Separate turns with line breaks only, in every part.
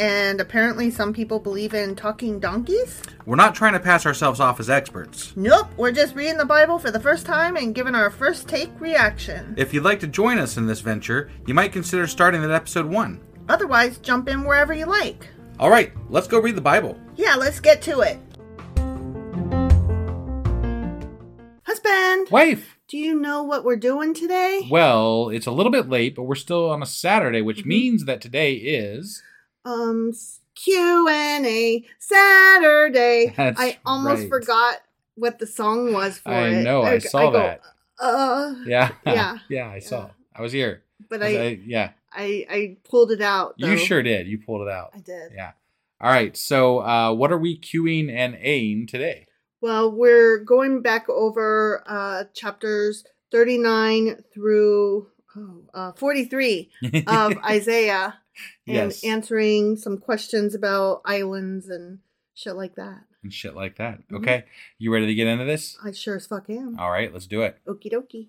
and apparently some people believe in talking donkeys?
We're not trying to pass ourselves off as experts.
Nope, we're just reading the Bible for the first time and giving our first take reaction.
If you'd like to join us in this venture, you might consider starting at episode 1.
Otherwise, jump in wherever you like.
All right, let's go read the Bible.
Yeah, let's get to it. Husband,
Wife!
do you know what we're doing today?
Well, it's a little bit late, but we're still on a Saturday, which
Mm-hmm.
means that today is.
Um, Q&A Saturday.
That's
I almost
right.
forgot what the song was for
I
it.
know, I
g-
saw
go,
that.
Uh,
Yeah.
Yeah.
yeah, I saw. I was here.
but
I was-
I,
I- yeah,
I, I pulled it out. Though.
you sure did. You pulled it out.
I did.
Yeah. All right. So, uh, what are we queuing and aing today?
Well, we're going back over uh, chapters 39 through oh, uh, 43 of Isaiah and
yes. And,
answering some questions about islands and shit like that.
shit like that.
Mhm.
Okay. You ready to get into this?
I sure as fuck am.
All right. Let's do it.
Okie dokie.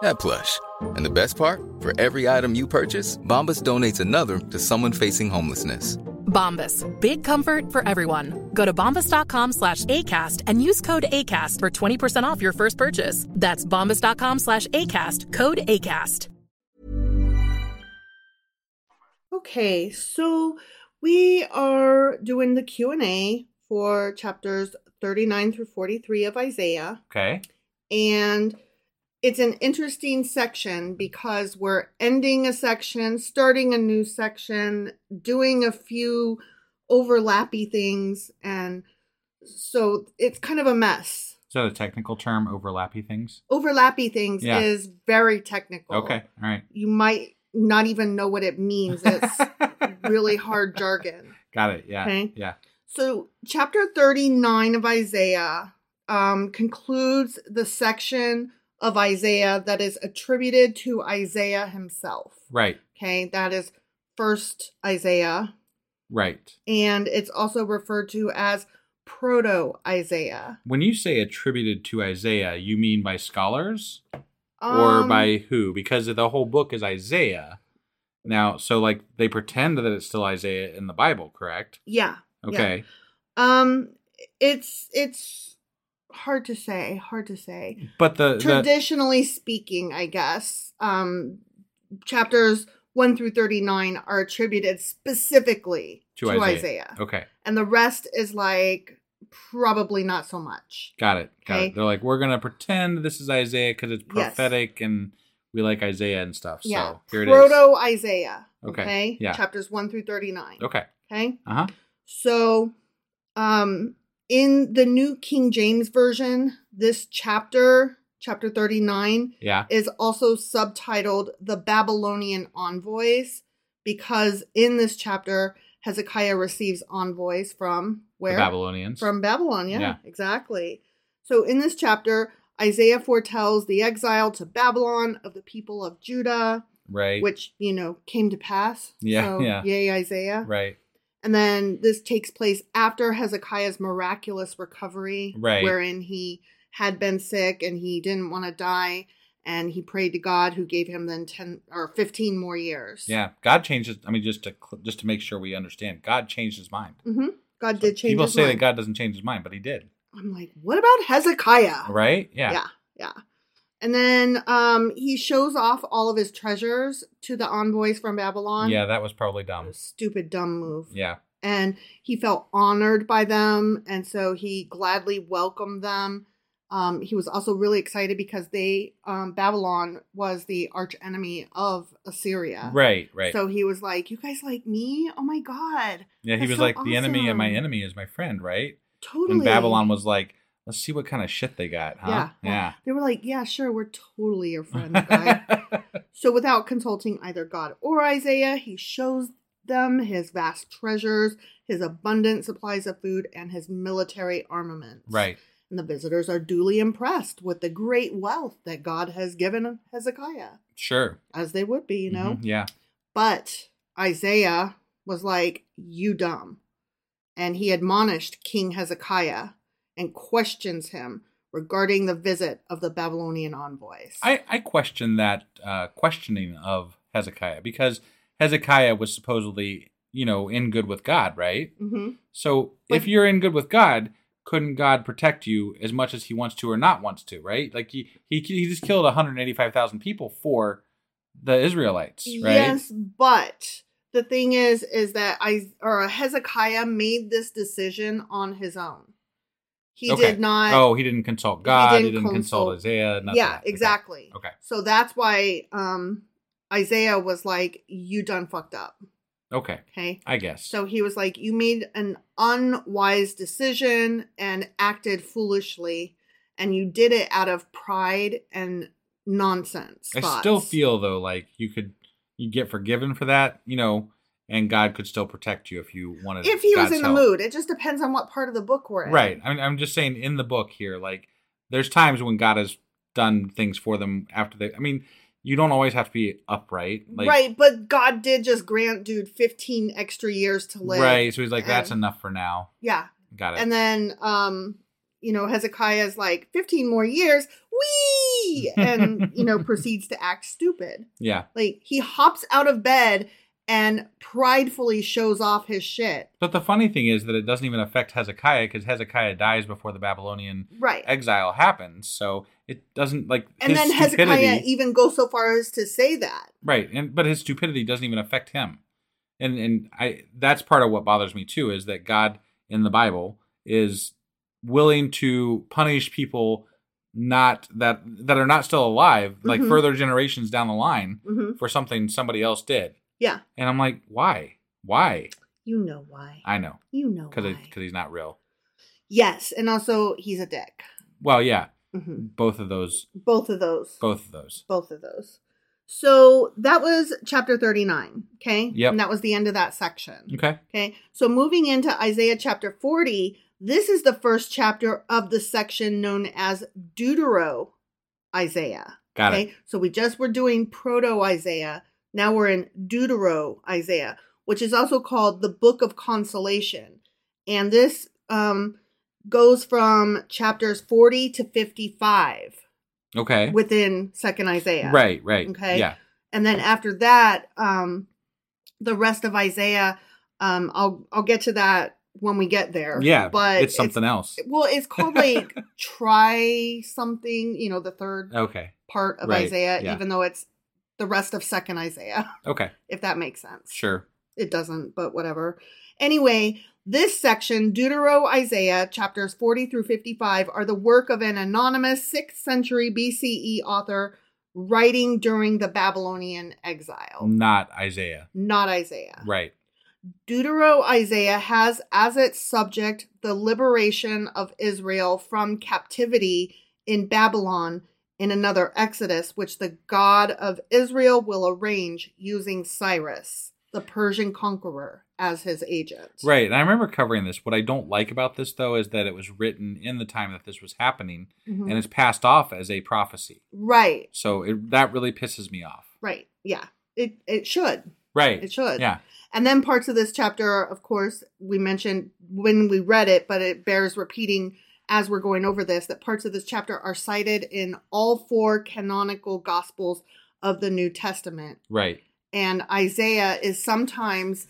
that plush. And the best part? For every item you purchase, Bombas donates another to someone facing homelessness.
Bombas. Big comfort for everyone. Go to bombas.com slash ACAST and use code ACAST for 20% off your first purchase. That's bombas.com slash ACAST. Code ACAST.
Okay, so we are doing the Q&A for chapters 39 through 43 of Isaiah.
Okay.
and it's an interesting section because we're ending a section, starting a new section, doing a few overlappy things, and so it's kind of a mess.
Is that a technical term? Overlappy things.
Overlappy things
Yeah.
is very technical.
Okay. All right.
You might not even know what it means. It's really hard jargon.
Got it. Yeah.
Okay.
Yeah.
So, chapter 39 of Isaiah um, concludes the section of Isaiah that is attributed to Isaiah himself.
Right.
Okay, that is first Isaiah,
Right.
and it's also referred to as proto Isaiah.
When you say attributed to Isaiah, you mean by scholars
Um,
or by who? Because the whole book is Isaiah. Now, so like they pretend that it's still Isaiah in the Bible, correct?
yeah. yeah.
Okay.
Um, it's it's hard to say. Hard to say.
But the, the
traditionally speaking i guess um chapters 1 through 39 are attributed specifically
to, Isaiah. Okay.
and the rest is like probably not so much
Got it. Got
Okay.
it. They're like we're going to pretend this is Isaiah cuz it's
Yes.
prophetic and we like Isaiah and stuff.
yeah
So, here it is.
proto isaiah
Okay.
okay,
Yeah.
chapters 1 through 39
Okay.
okay
Uh-huh.
so um in the new king james version this chapter chapter 39
Yeah.
is also subtitled The Babylonian Envoys because in this chapter, Hezekiah receives envoys from where?
The Babylonians.
From Babylon, yeah,
Yeah.
exactly. So in this chapter, Isaiah foretells the exile to Babylon of the people of Judah,
right.
which, you know, came to pass.
Yeah,
So,
yeah.
Yay, Isaiah.
right.
And then this takes place after Hezekiah's miraculous recovery,
Right.
wherein he had been sick and he didn't want to die, and he prayed to God, who gave him then ten or fifteen more years.
Yeah. God changes I mean just to cl- just to make sure we understand. God changed his mind.
hmm God did change.
People
his
say
mind.
that God doesn't change his mind, but he did.
I'm like, what about Hezekiah?
Right? Yeah.
Ah, yeah, yeah. And then um, he shows off all of his treasures to the envoys from Babylon.
Yeah, that was probably dumb.
Stupid, dumb move.
Yeah.
and he felt honored by them and so he gladly welcomed them um, he was also really excited because they um, babylon was the arch enemy of assyria
Right, right.
so he was like you guys like me oh my god
yeah, he
that's
was
so
like the enemy and my
awesome."
enemy is my friend, right?
totally
And Babylon was like, let's see what kind of shit they got, huh?
yeah they were like yeah sure we're totally your friend guy so without consulting either god or isaiah he shows them his vast treasures his abundant supplies of food and his military armaments
right.
and the visitors are duly impressed with the great wealth that God has given Hezekiah,
Sure.
as they would be, you know.
Mhm, Yeah.
But Isaiah was like, You dumb. And he admonished King Hezekiah and questions him regarding the visit of the Babylonian envoys.
I, I question that uh, questioning of Hezekiah because Hezekiah was supposedly, you know, in good with God, right?
hmm
So if
But-
you're in good with God, couldn't God protect you as much as He wants to or not wants to? Right? Like he he, he just killed 185,000 people for the Israelites, right?
Yes, but the thing is, is that I or Hezekiah made this decision on his own. He
Okay.
did not.
Oh, he didn't consult God. He didn't,
didn't
consult,
consult-
Isaiah. nothing.
yeah,
Okay.
exactly.
Okay.
So that's why um Isaiah was like, You done fucked up.
Okay.
Okay.
I guess.
So he was like, You made an unwise decision and acted foolishly, and you did it out of pride and nonsense.
I
thoughts."
still feel though like you could you get forgiven for that, you know, and God could still protect you if you wanted.
if he was
God's
in the
help.
mood, it just depends on what part of the book we're in.
Right. I mean, I'm just saying in the book here, like there's times when God has done things for them after they. I mean, you don't always have to be upright. Like,
right, but God did just grant dude 15 extra years to live.
Right. So he's like, that's
And-
enough for now.
Yeah.
Got it.
And then, um, you know, Hezekiah's like, 15 more years, wee! And, you know, proceeds to act stupid.
yeah.
Like, he hops out of bed and pridefully shows off his shit.
But the funny thing is that it doesn't even affect Hezekiah because Hezekiah dies before the Babylonian
Right.
exile happens. So it doesn't like.
and
his
then Hezekiah
stupidity-
even goes so far as to say that.
Right, and but his stupidity doesn't even affect him, and and I that's part of what bothers me too is that God in the Bible is willing to punish people not that that are not still alive, like
Mhm.
further generations down the line,
hmm
for something somebody else did,
Yeah.
and I'm like, why, why?
You know why.
I know
you know
because
why.
because he's not real.
yes. And also, he's a dick.
Well, yeah,
hmm
both of those,
Both of those.
both of those.
both of those. So that was chapter 39. Okay.
Yep.
And that was the end of that section.
Okay.
Okay. So moving into Isaiah chapter 40, this is the first chapter of the section known as Deutero Isaiah.
Got it.
So we just were doing Proto Isaiah. Now we're in Deutero Isaiah, which is also called the Book of Consolation. And this um, goes from chapters 40 to 55
Okay.
within Second Isaiah.
Right, right.
Okay.
Yeah.
And then after that, um, the rest of Isaiah, um, I'll I'll get to that when we get there.
Yeah.
but
it's something else.
Well, it's called like try something. You know, the third
Okay.
part of
Right,
Isaiah,
yeah.
even though it's the rest of Second Isaiah,
Okay.
if that makes sense.
Sure.
It doesn't, but whatever. Anyway, this section, Deutero Isaiah, chapters 40 through 55, are the work of an anonymous 6th century BCE author writing during the Babylonian exile,
Not Isaiah.
not Isaiah.
Right.
Deutero Isaiah has as its subject the liberation of Israel from captivity in Babylon in another Exodus, which the God of Israel will arrange using Cyrus, the Persian conqueror, as his agent.
Right. And I remember covering this. What I don't like about this though is that it was written in the time that this was happening
Mhm.
and it's passed off as a prophecy.
Right.
So it, that really pisses me off.
Right. Yeah. It it should.
Right.
It should.
Yeah.
And then parts of this chapter, of course, we mentioned when we read it, but it bears repeating as we're going over this that parts of this chapter are cited in all four canonical gospels of the New Testament.
Right.
And Isaiah is sometimes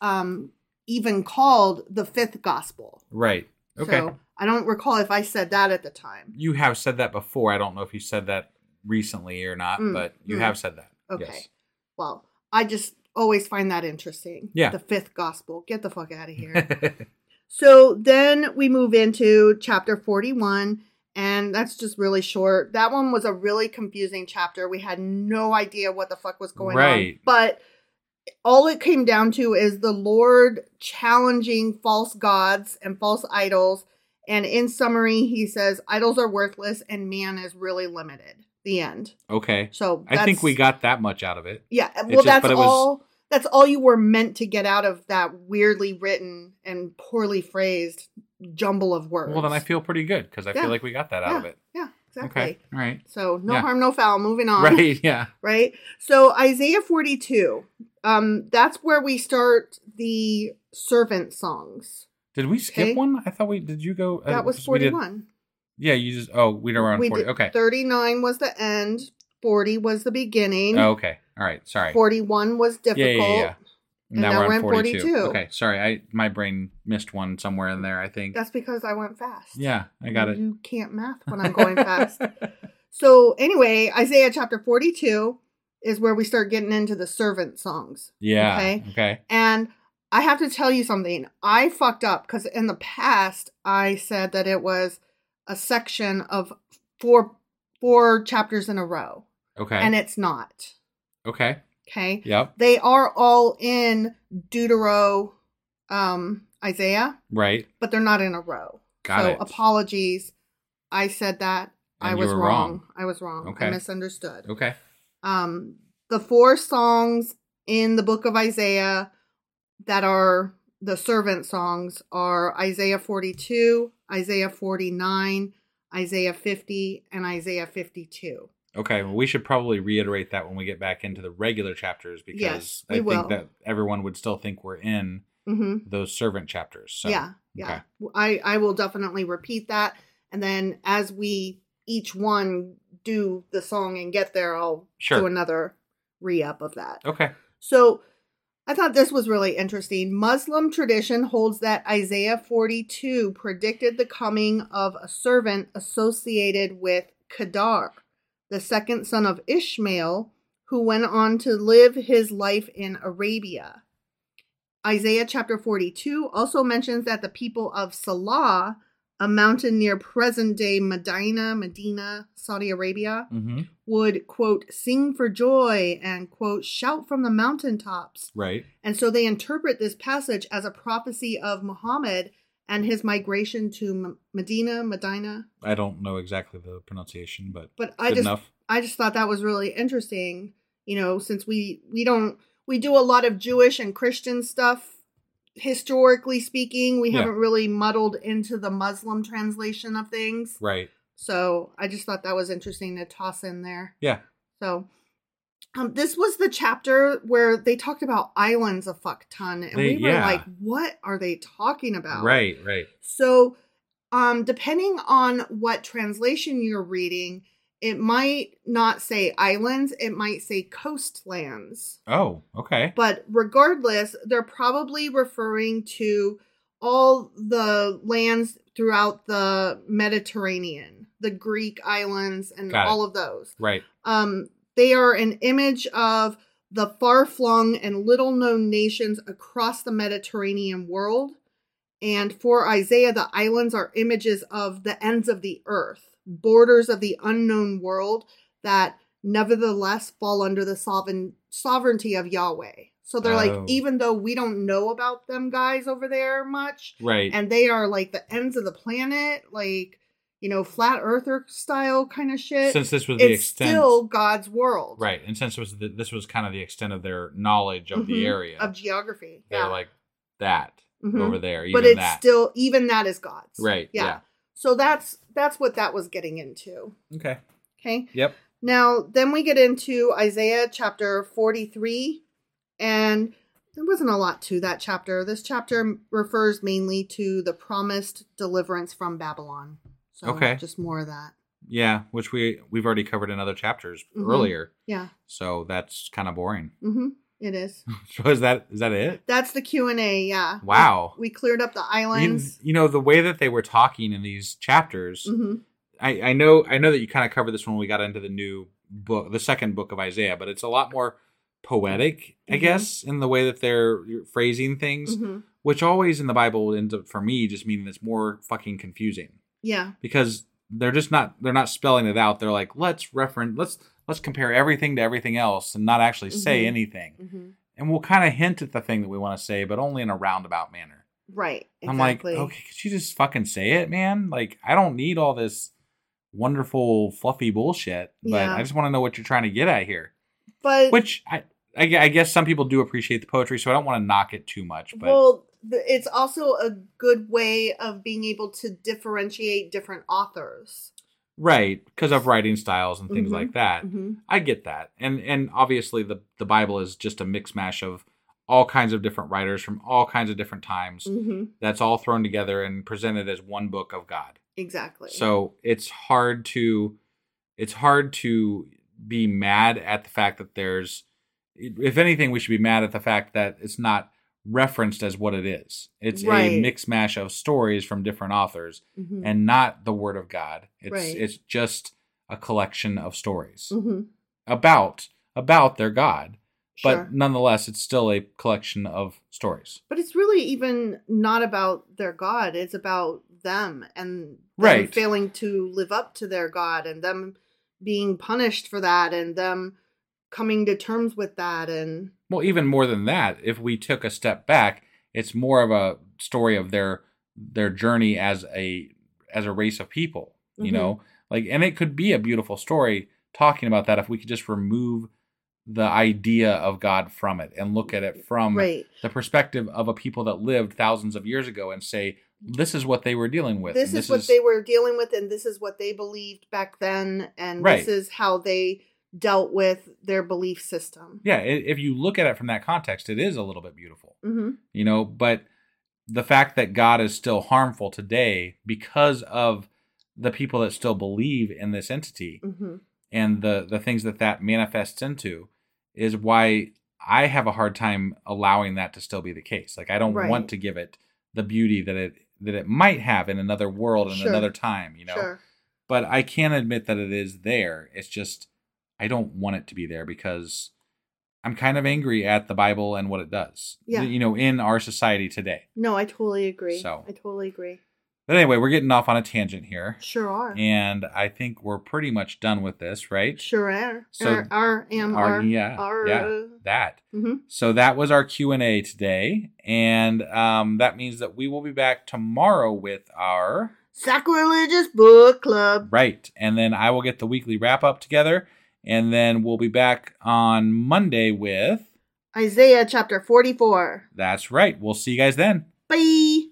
um, even called the fifth gospel.
Right. Okay.
So I don't recall if I said that at the time.
you have said that before. I don't know if you said that recently or not,
Mm,
but you
mm.
have said that.
Okay.
Yes.
Well, I just always find that interesting.
Yeah.
The fifth gospel. Get the fuck out of here. So then we move into chapter 41, and that's just really short. That one was a really confusing chapter. We had no idea what the fuck was going on.
Right.
But all it came down to is the Lord challenging false gods and false idols. And in summary, he says, idols are worthless and man is really limited. The end.
okay.
So
I think
that's-
we got that much out of it.
Yeah. Well,
just-
that's
but it was-
all. That's all you were meant to get out of that weirdly written and poorly phrased jumble of words.
Well, then I feel pretty good because I
Yeah.
feel like we got that out
yeah,
of it.
Yeah, exactly.
Okay. All right.
So no
Yeah.
harm, no foul. Moving on.
Right. Yeah.
Right. So Isaiah 42. Um, that's where we start the servant songs.
Did we skip
Okay.
one? I thought we did. You go. uh,
That was
we did-
41.
yeah. You just. Oh, we were on
We
forty.
did-
okay.
39 was the end. 40 was the beginning.
Oh, okay. All right. Sorry.
41 was
Yeah.
difficult.
Yeah. Yeah. yeah.
And now we're
on
in 42.
Okay. Sorry. I my brain missed one somewhere in there. I think.
That's because I went fast.
yeah. I got it.
You can't math when I'm going fast. So anyway, Isaiah chapter 42 is where we start getting into the servant songs.
yeah.
Okay.
Okay.
And I have to tell you something. I fucked up because in the past I said that it was a section of four four chapters in a row,
Okay.
and it's not.
okay.
Okay,
Yep.
they are all in Deutero, um, Isaiah,
Right.
but they're not in a row.
Got
so
it.
apologies, I said that. I
And you
was
were
wrong.
wrong.
I was wrong. I
Okay.
misunderstood.
Okay.
um, the four songs in the book of Isaiah that are the servant songs are Isaiah 42, Isaiah 49, Isaiah 50, and Isaiah 52.
Okay, well, we should probably reiterate that when we get back into the regular chapters because
Yes,
I
we
think
will.
that everyone would still think we're in
hmm
those servant chapters. So,
yeah, yeah. I, I will definitely repeat that. And then as we each one do the song and get there, I'll
Sure.
do another re up of that.
Okay. Okay.
So I thought this was really interesting. Muslim tradition holds that Isaiah 42 predicted the coming of a servant associated with Kedar, the second son of Ishmael, who went on to live his life in Arabia. Isaiah chapter 42 also mentions that the people of Salah, a mountain near present day Medina, Medina, Saudi Arabia,
Mm-hmm.
would quote sing for joy and quote shout from the mountaintops
Right.
and so they interpret this passage as a prophecy of muhammad and his migration to M- medina medina
I don't know exactly the pronunciation, but
but i
good
just
enough.
i just thought that was really interesting you know, since we we don't we do a lot of Jewish and Christian stuff historically speaking. We
Yeah.
haven't really muddled into the Muslim translation of things.
Right.
So I just thought that was interesting to toss in there.
Yeah.
So um, this was the chapter where they talked about islands a fuck ton, and
They-
we were
yeah.
like, "What are they talking about?"
Right. Right.
So, um, depending on what translation you're reading, it might not say islands; it might say coastlands.
Oh. Okay.
But regardless, they're probably referring to all the lands throughout the Mediterranean, the Greek islands, and
Got it.
all of those.
Right.
Um, they are an image of the far flung and little known nations across the Mediterranean world. And for Isaiah, the islands are images of the ends of the earth, borders of the unknown world that nevertheless fall under the sovereign sovereignty of Yahweh. So they're
Oh.
like, even though we don't know about them guys over there much,
Right.
and they are like the ends of the planet, like you know, flat earther style kind of shit.
Since this was
it's
the extent.
still God's world,
Right. And since it was the, this was kind of the extent of their knowledge of
Mhm.
the area,
of geography.
they're
yeah,
like that
Mhm.
over there. Even
but it's
that.
still even that is God's,
Right, yeah.
So that's that's what that was getting into.
okay.
Okay.
Yep.
Now then we get into Isaiah chapter forty three, and there wasn't a lot to that chapter. This chapter refers mainly to the promised deliverance from Babylon. So
Okay.
just more of that.
Yeah, which we we've already covered in other chapters
Mhm.
earlier.
Yeah.
So that's kind of boring.
Mm-hmm. It is.
So is that is that it?
That's the Q and A. Yeah.
Wow.
We, we cleared up the
You,
islands.
you know the way that they were talking in these chapters.
hmm
I, I know I know that you kind of covered this when we got into the new book, the second book of Isaiah, but it's a lot more poetic, I
Mhm.
guess, in the way that they're phrasing things,
Mhm.
which always in the Bible ends up for me just meaning it's more fucking confusing
Yeah.
because they're just not they're not spelling it out. They're like let's reference let's let's compare everything to everything else and not actually say
Mhm.
anything,
Mhm.
and we'll kind of hint at the thing that we want to say, but only in a roundabout manner.
Right.
I'm like, okay, could you just fucking say it, man? Like, I don't need all this wonderful fluffy bullshit, but
Yeah.
I just want to know what you're trying to get at here.
But
Which I, I, gue- I guess some people do appreciate the poetry, so I don't want to knock it too much. But
well, th- it's also a good way of being able to differentiate different authors.
right, because of writing styles and things
Mhm.
like that,
Mhm.
I get that. And and obviously the the Bible is just a mix mash of all kinds of different writers from all kinds of different times.
Mhm.
That's all thrown together and presented as one book of God.
Exactly.
So it's hard to it's hard to be mad at the fact that there's if anything we should be mad at the fact that it's not referenced as what it is. It's a
Right.
mix mash of stories from different authors
Mhm.
and not the word of God. It's
Right.
it's just a collection of stories
Mhm.
about about their god, but
Sure.
nonetheless it's still a collection of stories.
But it's really even not about their God. It's about them and them
Right.
failing to live up to their God and them being punished for that and them coming to terms with that. And
Well, even more than that, if we took a step back, it's more of a story of their their journey as a as a race of people, you
Mhm.
know? Like and it could be a beautiful story talking about that if we could just remove the idea of God from it and look at it from
right.
the perspective of a people that lived thousands of years ago and say this is what they were dealing with.
This
and
is what they were dealing with, and this is what they believed back then, and
Right.
this is how they dealt with their belief system.
Yeah, i- if you look at it from that context, it is a little bit beautiful.
hmm
you know but the fact that god is still harmful today because of the people that still believe in this entity
hmm
and the the things that that manifests into is why i have a hard time allowing that to still be the case like i don't
Right.
want to give it the beauty that it that it might have in another world and
Sure.
another time you know
Sure.
but i can admit that it is there it's just i don't want it to be there because i'm kind of angry at the bible and what it does
Yeah.
you know in our society today
No, I totally agree.
So.
I totally agree.
But anyway, we're getting off on a tangent here.
Sure are.
And I think we're pretty much done with this, right?
sure are.
So-
are, are, am,
Our-
are,
yeah,
are,
yeah,
uh,
that.
mhm.
So that was our Q and A today, and um, that means that we will be back tomorrow with our
Sacrilegious book club.
right, and then I will get the weekly wrap up together, And then we'll be back on Monday with.
Isaiah chapter 44.
That's right. We'll see you guys then.
Bye.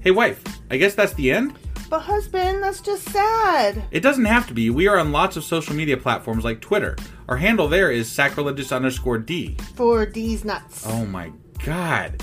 Hey, wife, I guess that's the end?
But husband, that's just sad.
It doesn't have to be. We are on lots of social media platforms like Twitter. Our handle there is sacrilegious underscore D.
For these nuts.
Oh my god.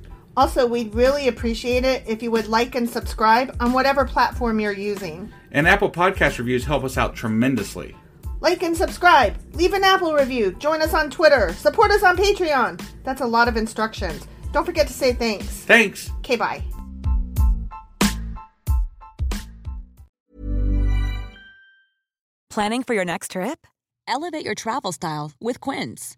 Also, we'd really appreciate it if you would like and subscribe on whatever platform you're using.
And Apple Podcast reviews help us out tremendously.
Like and subscribe, leave an Apple review, join us on Twitter, support us on Patreon. That's a lot of instructions. Don't forget to say thanks.
Thanks!
Okay, bye.
Planning for your next trip? Elevate your travel style with Quince.